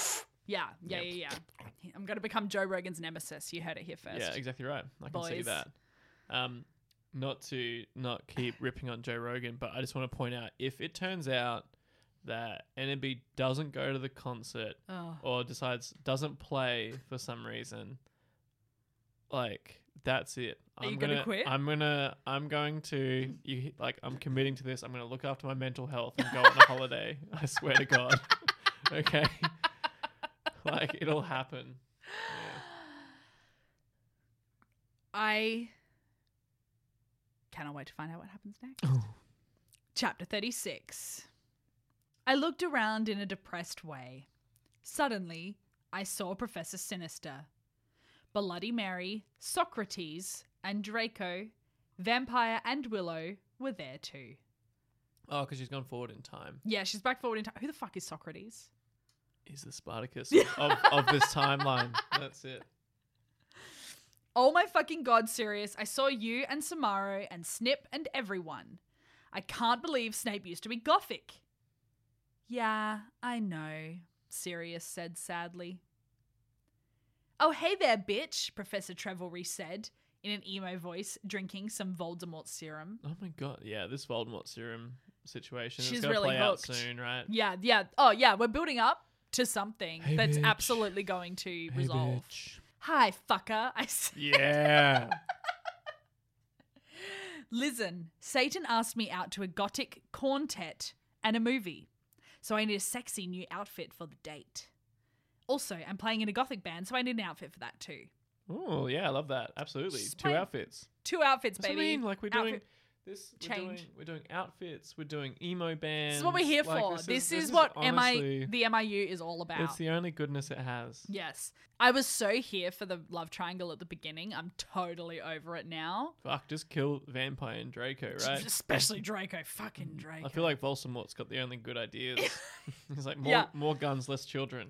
Yeah, yeah, Yep. yeah, yeah. I'm gonna become Joe Rogan's nemesis. You heard it here first. Yeah, exactly right. I can see Boys. that. Um, not to not keep ripping on Joe Rogan, but I just want to point out if it turns out that NMB doesn't go to the concert Oh. or decides doesn't play for some reason, like that's it. Are you gonna quit? I'm gonna. I'm going to. You like. I'm committing to this. I'm gonna look after my mental health and go on a holiday. I swear to God. okay. like it'll happen. I cannot wait to find out what happens next. Oh. Chapter 36. I looked around in a depressed way. Suddenly, I saw Professor Sinister. Bloody Mary, Socrates, and Draco, Vampire, and Willow were there too. Oh, because she's gone forward in time. Yeah, she's back forward in time. Who the fuck is Socrates? Is the Spartacus of, of this timeline. That's it. Oh my fucking god, Sirius, I saw you and Samaro and Snip and everyone. I can't believe Snape used to be gothic. Yeah, I know, Sirius said sadly. Oh, hey there, bitch, Professor Trevelry said in an emo voice, drinking some Voldemort serum. Oh my god. Yeah, this Voldemort serum situation She's is going to really play hooked. out soon, right? Yeah, yeah. Oh, yeah, we're building up to something Hey, that's bitch. absolutely going to resolve. bitch. Hi, fucker, I said. Yeah. Listen, Satan asked me out to a gothic quartet and a movie, so I need a sexy new outfit for the date. Also, I'm playing in a gothic band, so I need an outfit for that too. oh, yeah, I love that. Absolutely. Just Two plain- outfits. Two outfits, That's baby. what I mean. Like we're doing Outfit- this we're change. doing, we're doing outfits, we're doing emo bands. This is what we're here Like, for. This, is, what MI the MIU is all about. It's the only goodness it has. yes, I was so here for the love triangle at the beginning. I'm totally over it now. Fuck, just kill Vampire and Draco, right? Especially Draco, fucking Draco. I feel like Voldemort's got the only good ideas. He's like more Yeah. more guns, less children.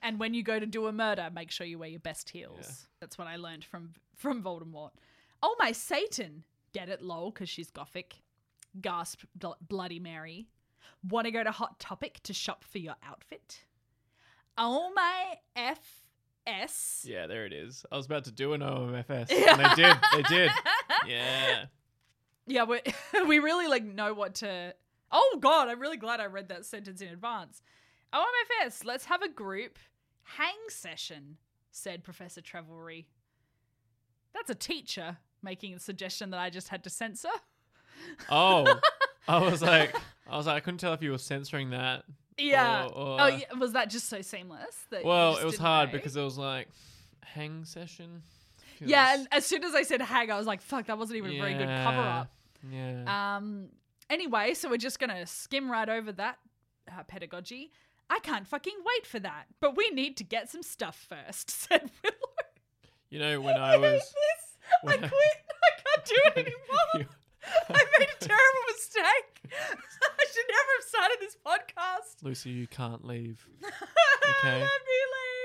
And when you go to do a murder, make sure you wear your best heels. Yeah. That's what I learned from from Voldemort. Oh my Satan! Get it, lol, because she's gothic. Gasped Bl- Bloody Mary. Want to go to Hot Topic to shop for your outfit? Oh my F S. Yeah, there it is. I was about to do an OMFS, Yeah. and they did. They did. Yeah. Yeah, we we really like know what to. Oh God, I'm really glad I read that sentence in advance. Oh, OMFS, let's have a group hang session," said Professor Trevelry. That's a teacher making a suggestion that I just had to censor. Oh, I was like, I was like, I couldn't tell if you were censoring that. Yeah. Or, or, oh, yeah. was that just so seamless? That you Well, just it was didn't hard know? because it was like hang session. Feels- yeah, and as soon as I said hang, I was like, "Fuck, that wasn't even a very good cover Yeah, up." Yeah. Um. Anyway, so we're just gonna skim right over that uh, pedagogy. I can't fucking wait for that. But we need to get some stuff first," said Willow. you know when I hate was. this. I when quit. I- I can't do it anymore. I made a terrible mistake. I should never have started this podcast. Lucy, you can't leave. Let Okay. me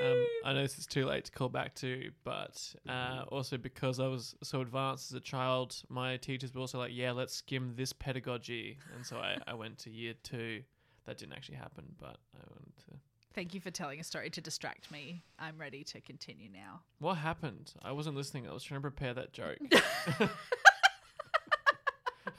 leave. Um, I know this is too late to call back to, but uh, also because I was so advanced as a child, my teachers were also like, "Yeah, let's skim this pedagogy," and so I, I went to year two. That didn't actually happen, but I went to. Thank you for telling a story to distract me. I'm ready to continue now. What happened? I wasn't listening. I was trying to prepare that joke.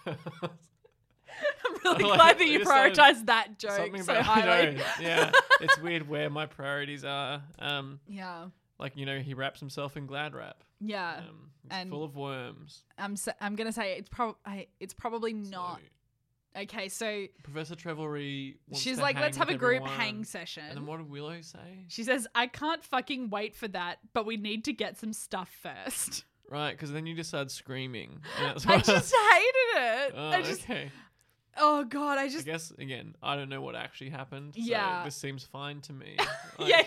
I'm really Like, glad that I you just started- prioritized that joke Something so about I highly. know. Yeah, it's weird where my priorities are. Um, Yeah. like you know, he wraps himself in glad wrap. Yeah. Um, it's Uh, and- full of worms. I'm s am gonna say it's prob I, it's probably not So- okay. So Professor Trevelry. Wants she's to like, hang let's have a with group everyone." hang And then session. what did Willow say? She says, I can't fucking wait for that, but we need to get some stuff first. Right, because then you just started screaming. And that's I what- just hated it. Oh, I just, okay. oh god, I I just, guess again, I don't know what actually happened. so Yeah. this seems fine to me. Yeah.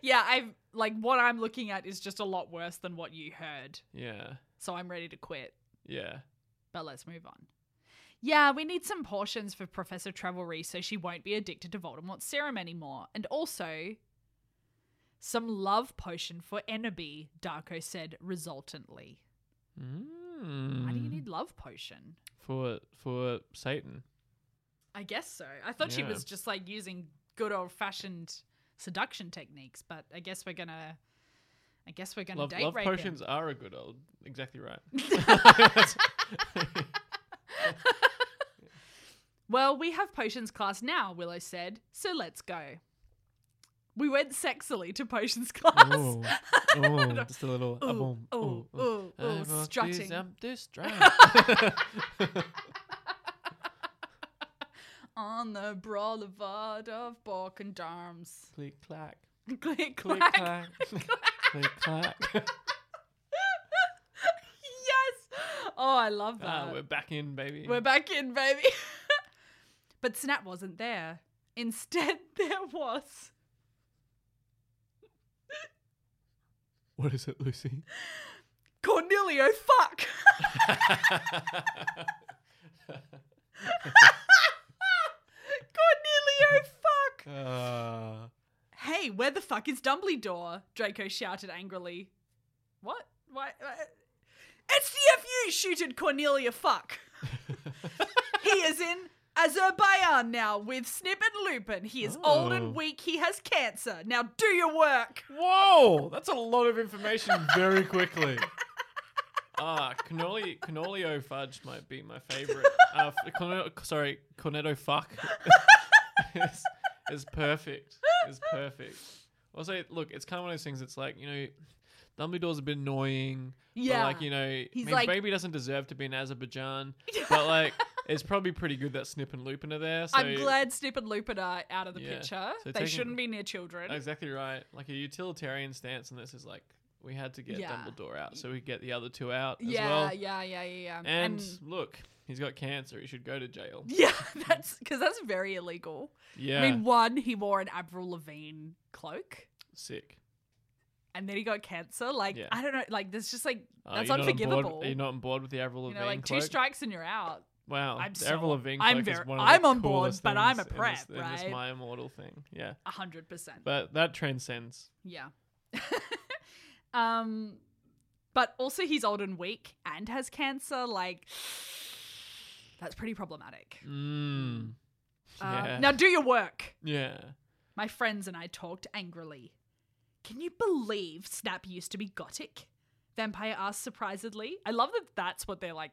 Yeah, I've like what I'm looking at is just a lot worse than what you heard. Yeah. So I'm ready to quit. Yeah. But let's move on. Yeah, we need some portions for Professor Travelry so she won't be addicted to Voldemort's serum anymore. And also, some love potion for Enderby, Darko said exultantly. Mm. Why Hmm. do you need love potion? for for Satan? I guess so. I thought she Yeah. was just like using good old fashioned seduction techniques, but I guess we're gonna. I guess we're gonna Love, date love rape him. potions are a good old. Exactly right. Well, we have potions class now, Willow said, so let's go. We went sexily to potions class. oh, oh, just a little. Ooh, a boom, ooh, ooh, ooh. ooh, ooh, I want strutting. these, I'm this strut. On the boulevard of Borkendarms. Click clack. Click, Click clack. clack. Click clack. Yes! Oh, I love that. Ah, we're, we're back in, baby. back in, baby. but Snap wasn't there. Instead, there was What is it, Lucy? Cornelio. Fuck! Cornelio, fuck! uh, Hey, where the fuck is Dumbledore? Draco shouted angrily. What? Why? why- It's the FU shooted Cornelia fuck. he is in Azerbaijan now with Snip and Lupin. He is old Oh. and weak. He has cancer. Now do your work. Whoa, that's a lot of information very quickly. Ah, cannoli, cannolio fudge might be my favorite. Uh, f- corn- sorry, cornetto fuck is, is perfect. Is perfect. Also, look, it's kind of one of those things. It's like you know, Dumbledore's a bit annoying. Yeah. But like you know, He's maybe, like- maybe he doesn't deserve to be in Azerbaijan. But like, it's probably pretty good that Snip and Lupin are there. So I'm glad Snip and Lupin are out of the Yeah. picture. they So taking- shouldn't be near children. Exactly right. Like a utilitarian stance on this is like we had to get Yeah. Dumbledore out, so we get the other two out as yeah, well. yeah, yeah, yeah, yeah. And, look, he's got cancer. He should go to jail. yeah, that's because that's very illegal. Yeah, I mean, one, he wore an Avril Lavigne cloak. sick. and then he got cancer. Like Yeah. I don't know. Like there's just like Oh, that's you're not on board- unforgivable. Are you not on board with the Avril you Lavigne know, like cloak? two strikes and you're out. wow, I'm the so- Avril Lavigne I'm cloak very- is one of I'm the on board, coolest but I'm a things prep, in this, In right? this my immortal thing, yeah. A hundred percent. But that transcends. Yeah. um, but also he's old and weak and has cancer. Like that's pretty problematic. Mm. Um, Yeah. now do your work. yeah. My friends and I talked angrily. Can you believe Snap used to be gothic? Vampire asked surprisedly. I love that that's what they're like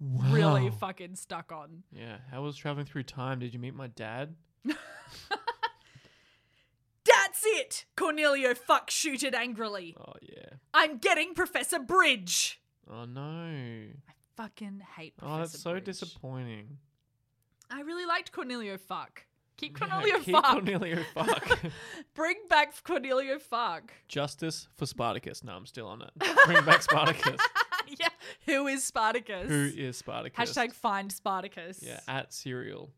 really Wow. fucking stuck on. Yeah. How was traveling through time? Did you meet my dad? That's it! Cornelio fuck shooted angrily. Oh yeah. I'm getting Professor Bridge! Oh no. Fucking hate Professor Oh, that's so Bridge. disappointing. I really liked Cornelio fuck. Keep Yeah, Cornelio keep fuck. Cornelio fuck. Bring back Cornelio fuck. Justice for Spartacus. No, I'm still on it. Bring back Spartacus. yeah. Who is Spartacus? Who is Spartacus? Hashtag find Spartacus. Yeah, at serial.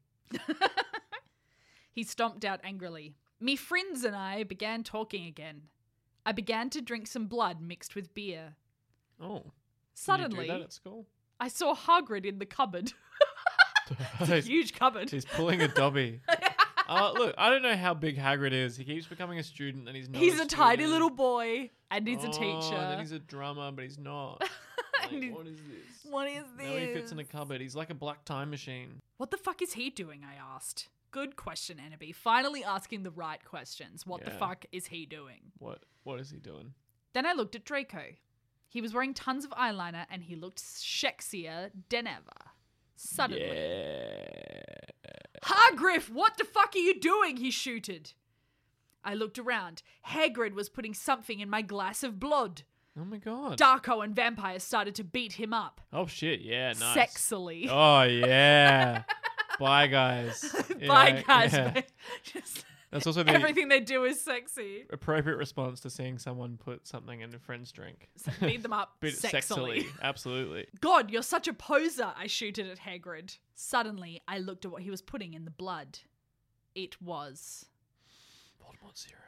He stomped out angrily. Me friends and I began talking again. I began to drink some blood mixed with beer. Oh. did you do Suddenly, that at school? I saw Hagrid in the cupboard. he's, Huge cupboard. he's pulling a dobby. Oh, look, I don't know how big Hagrid is. He keeps becoming a student and he's not. He's a tiny student. little boy and he's a Oh, teacher. And then he's a drummer, but he's not. Like, And he's- what is this? what is this? Now he fits in a cupboard. He's like a black time machine. what the fuck is he doing? I asked. Good question, Enderby. Finally asking the right questions. What the Yeah. fuck is he doing? What? What is he doing? Then I looked at Draco. He was wearing tons of eyeliner and he looked sexier than ever. Suddenly. Yeah. Hargriff, what the fuck are you doing? He shooted. I looked around. Hagrid was putting something in my glass of blood. Oh my god. Darko and vampires started to beat him up. oh shit. Yeah. Nice. Sexily. Oh yeah. Bye guys. You Bye, know, guys. yeah. mate. Just That's also the everything they do is sexy. appropriate response to seeing someone put something in a friend's drink. Beat them up Bit sexily. sexily. Absolutely. God, you're such a poser! I shooted at Hagrid. Suddenly, I looked at what he was putting in the blood. It was Voldemort serum.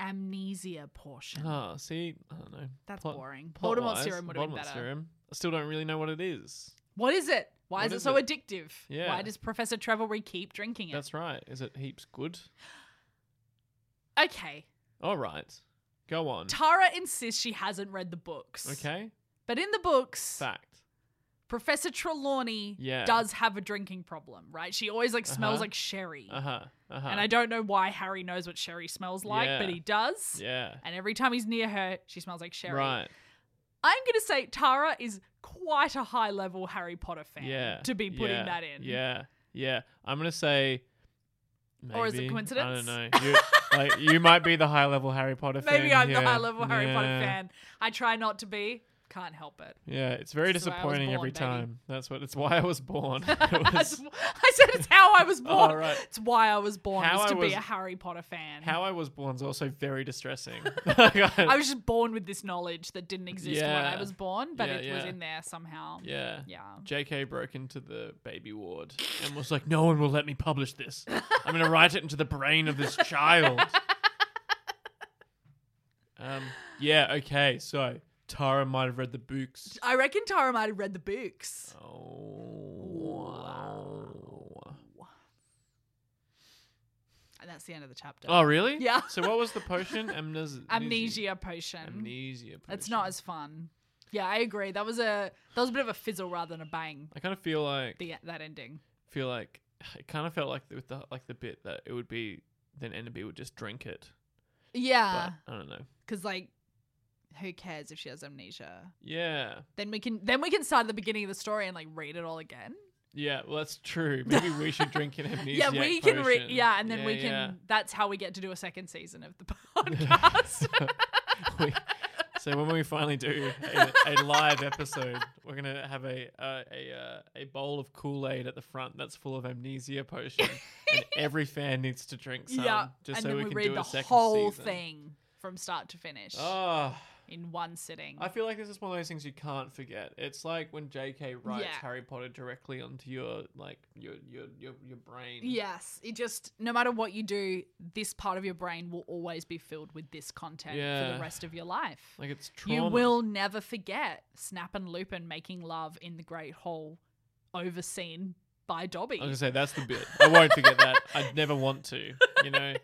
amnesia portion. Oh, see, I don't know. That's plot- boring. plot Voldemort wise, serum would have been Voldemort better. serum. I still don't really know what it is. What is it? Why What is it is so it? addictive? Why Yeah. does Professor Trevelry keep drinking it? That's right. Is it heaps good? okay. All right. Go on. Tara insists she hasn't read the books. Okay. But in the books, Fact. Professor Trelawney Yeah. does have a drinking problem, right? She always like smells Uh-huh. like sherry. Uh huh. Uh huh. And I don't know why Harry knows what sherry smells like, but Yeah. he does. Yeah. And every time he's near her, she smells like sherry. Right. I'm going to say Tara is quite a high level Harry Potter fan Yeah. to be putting yeah, that in. Yeah. Yeah. I'm gonna say. Maybe, Or is it coincidence? I don't know. You, like you might be the high level Harry Potter fan. Maybe I'm yeah. the high level Harry Potter yeah, fan. I try not to be. Can't help it. Yeah, it's very This is why I was disappointing born, every baby. time. That's what. It's why I was born. It I was said it's how I was born. Oh, right. It's why I was born How was to I be was- a Harry Potter fan. how I was born is also very distressing. Like, I- I was just born with this knowledge that didn't exist when I Yeah. was born, but Yeah, it was yeah. in there somehow. yeah. Yeah. JK broke into the baby ward and was like, No one will let me publish this. I'm going to write it into the brain of this child. um, yeah, okay. So Tara might have read the books. I reckon Tara might have read the books. Oh. And that's the end of the chapter. Oh, really? Yeah. So what was the potion? Amnes- Amnesia potion. Amnesia. Potion. It's not as fun. Yeah, I agree. That was a that was a bit of a fizzle rather than a bang. I kind of feel like The that ending. feel like it kind of felt like the, with the like the bit that it would be then Enderby would just drink it. Yeah, but I don't know. because like, who cares if she has amnesia? Yeah. Then we can then we can start at the beginning of the story and like read it all again. Yeah, well, that's true. Maybe we should drink an yeah, amnesiac we can read. potion. Yeah, and then we Yeah, can. yeah. That's how we get to do a second season of the podcast. We- so when we finally do a, a live episode, we're gonna have a a a, uh, a bowl of Kool Aid at the front that's full of amnesia potion, and every fan needs to drink some. yeah, just and so then we we can read do the a second whole season. thing from start to finish Oh, in one sitting. I feel like this is one of those things you can't forget. It's like when J.K. writes Yeah. Harry Potter directly onto your like your your your, your brain. Yes, it just no matter what you do, this part of your brain will always be filled with this content for Yeah. the rest of your life. like it's trauma. you will never forget Snap and Lupin making love in the Great Hall, overseen by Dobby. I was gonna say that's the bit. I won't forget that. I'd never want to. You know,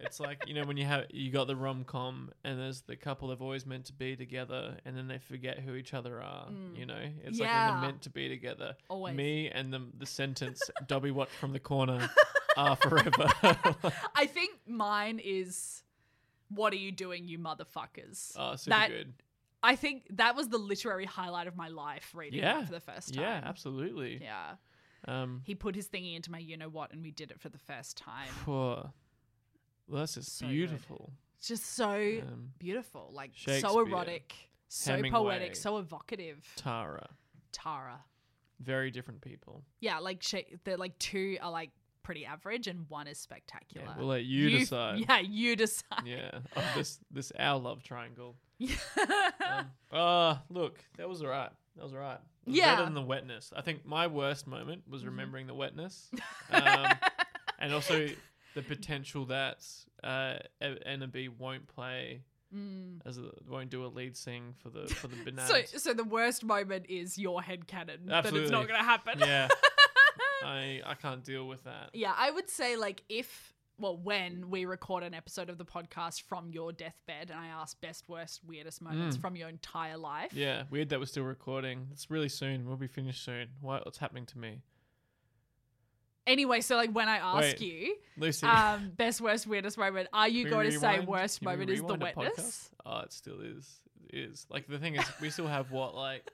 it's like you know when you have you got the rom com and there's the couple they've always meant to be together and then they forget who each other are. Mm. You know, it's like when Yeah. they're meant to be together. always. Me and the the sentence Dobby watched from the corner are forever. I think mine is, "What are you doing, you motherfuckers?" oh, super That- good. I think that was the literary highlight of my life reading that Yeah. for the first time. Yeah, absolutely. yeah. Um, He put his thingy into my you know what, and we did it for the first time. poor. Well, that's just So good. beautiful. It's just so Um, beautiful, like so Shakespeare, erotic, so Hemingway. poetic, so evocative. Tara, Tara, very different people. yeah, like sha- they're like two are like pretty average, and one is spectacular. Yeah, we'll let you, decide. Yeah, you decide. yeah, of this this our love triangle. Yeah. Um, uh, look, that was alright. That was alright. It was Yeah. better than the wetness. I think my worst moment was Mhm. remembering the wetness, um, and also the potential that uh, E- Enderby won't play Mm. as a, won't do a lead sing for the for the banana. So, so the worst moment is your head cannon that it's not Absolutely. going to happen. yeah, I I can't deal with that. Yeah, I would say like if well when we record an episode of the podcast from your deathbed and I ask best worst weirdest moments Mm. from your entire life. Yeah, weird that we're still recording. It's really soon. We'll be finished soon. What, what's happening to me, Anyway, so like when I ask Wait. you Lucy? um best worst weirdest moment, are you Can we going to say rewind? worst Can we moment is the rewind a wetness? podcast? Oh, it still is. It is. Like the thing is, we still have what like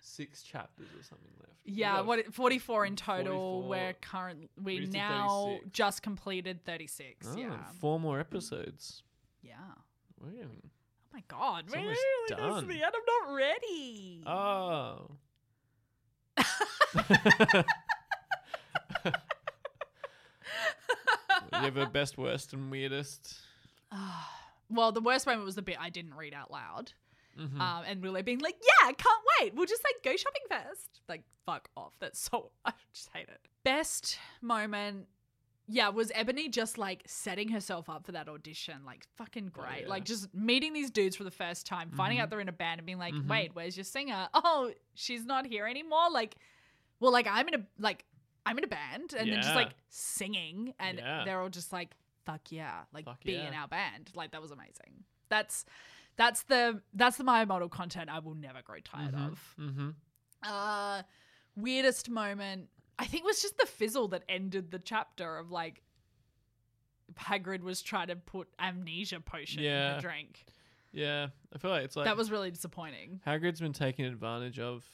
six chapters or something left. We Yeah, got- what 44 in total. 44. We're current we We did now 36. just completed 36. Oh, yeah. four more episodes. yeah. Oh We're getting- my god, It's we're almost really close to done. the end. I'm not ready. Oh. you have a best, worst, and weirdest. Ah. well, the worst moment was the bit I didn't read out loud. Mhm. um, and Willow being like, "Yeah, I can't wait. We'll just like go shopping first." Like, fuck off. That's so I just hate it. Best moment. yeah, was Ebony just like setting herself up for that audition? Like fucking Oh, great. yeah. Mm-hmm. Like just meeting these dudes for the first time, finding out they're in a band and being like, Mhm. "Wait, where's your singer? Oh, she's not here anymore." Like, well, like I'm in a like I'm in a band and then just Yeah. like singing and Yeah. they're all just like, "Fuck yeah." Like Fuck be in yeah. our band. Like that was amazing. That's that's the that's the Maya model content I will never grow tired Mhm. of. Mm-hmm. Uh weirdest moment I think was just the fizzle that ended the chapter of like Hagrid was trying to put amnesia potion in Yeah. her drink. Yeah, I feel like it's like that was really disappointing. Hagrid's been taken advantage of.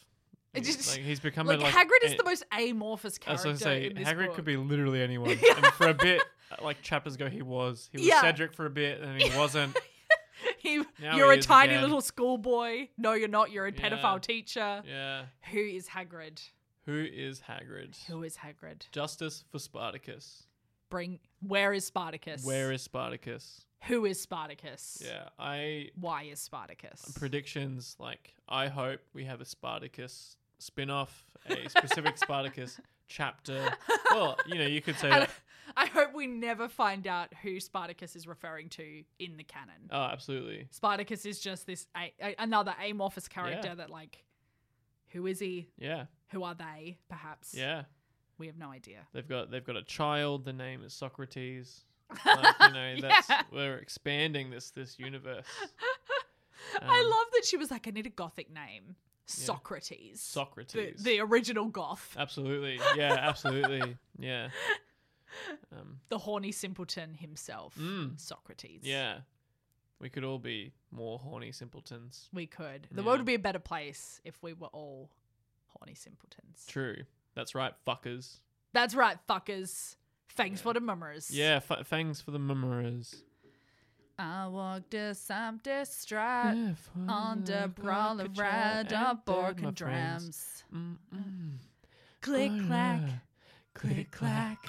It He's- just- like he's become Like, a, like Hagrid is a- the most amorphous I was character gonna say in this Hagrid book. could be literally anyone. and for a bit, like chapters ago, he was he was Yeah. Cedric for a bit, and he wasn't. He- Now you're he a is tiny again. little schoolboy. No, you're not. You're a Yeah. pedophile teacher. yeah, Who is Hagrid? who is Hagrid? Who is Hagrid? Justice for Spartacus. Bring. Where is Spartacus? Where is Spartacus? Who is Spartacus? Yeah, I Why is Spartacus? predictions like I hope we have a Spartacus spin-off, a specific Spartacus chapter. Well, you know, you could say And that. I hope we never find out who Spartacus is referring to in the canon. Oh, absolutely. Spartacus is just this a- a- another amorphous character Yeah. that like, who is he? Yeah, Who are they? Perhaps. yeah. We have no idea. They've got they've got a child. The name is Socrates. Like, you know, that's Yeah. we're expanding this this universe. I Um, love that she was like, I need a gothic name. Socrates. the, Socrates. Uh. the original goth, absolutely, yeah, absolutely, yeah, um, the horny simpleton himself, Mm. Socrates. yeah. We could all be more horny simpletons. We could. The Yeah. world would be a better place if we were all horny simpletons. True. That's right, fuckers. That's right, fuckers. Thanks Yeah. for the mummers. Yeah, f- thanks for the murmurers. I walked a sumpter strat Yeah, for on the brawl of caricature red up and dead, bork my and friends. drams. Mm, mm. Click Oh, clack. yeah. Click clack.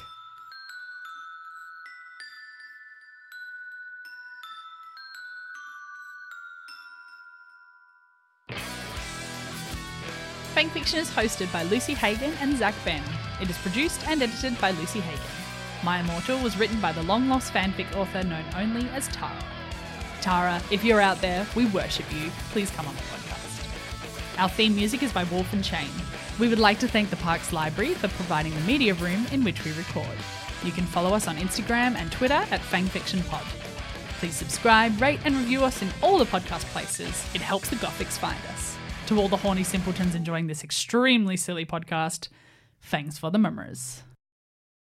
Fang Fiction is hosted by Lucy Hagen and Zach Ben. It is produced and edited by Lucy Hagen. My Immortal was written by the long lost fanfic author known only as Tara. Tara, if you're out there, we worship you. Please come on the podcast. Our theme music is by Wolf and Chain. We would like to thank the Parks Library for providing the media room in which we record. You can follow us on Instagram and Twitter at FangFictionPod. Please subscribe, rate, and review us in all the podcast places. It helps the Gothics find us. To all the horny simpletons enjoying this extremely silly podcast, thanks for the memories.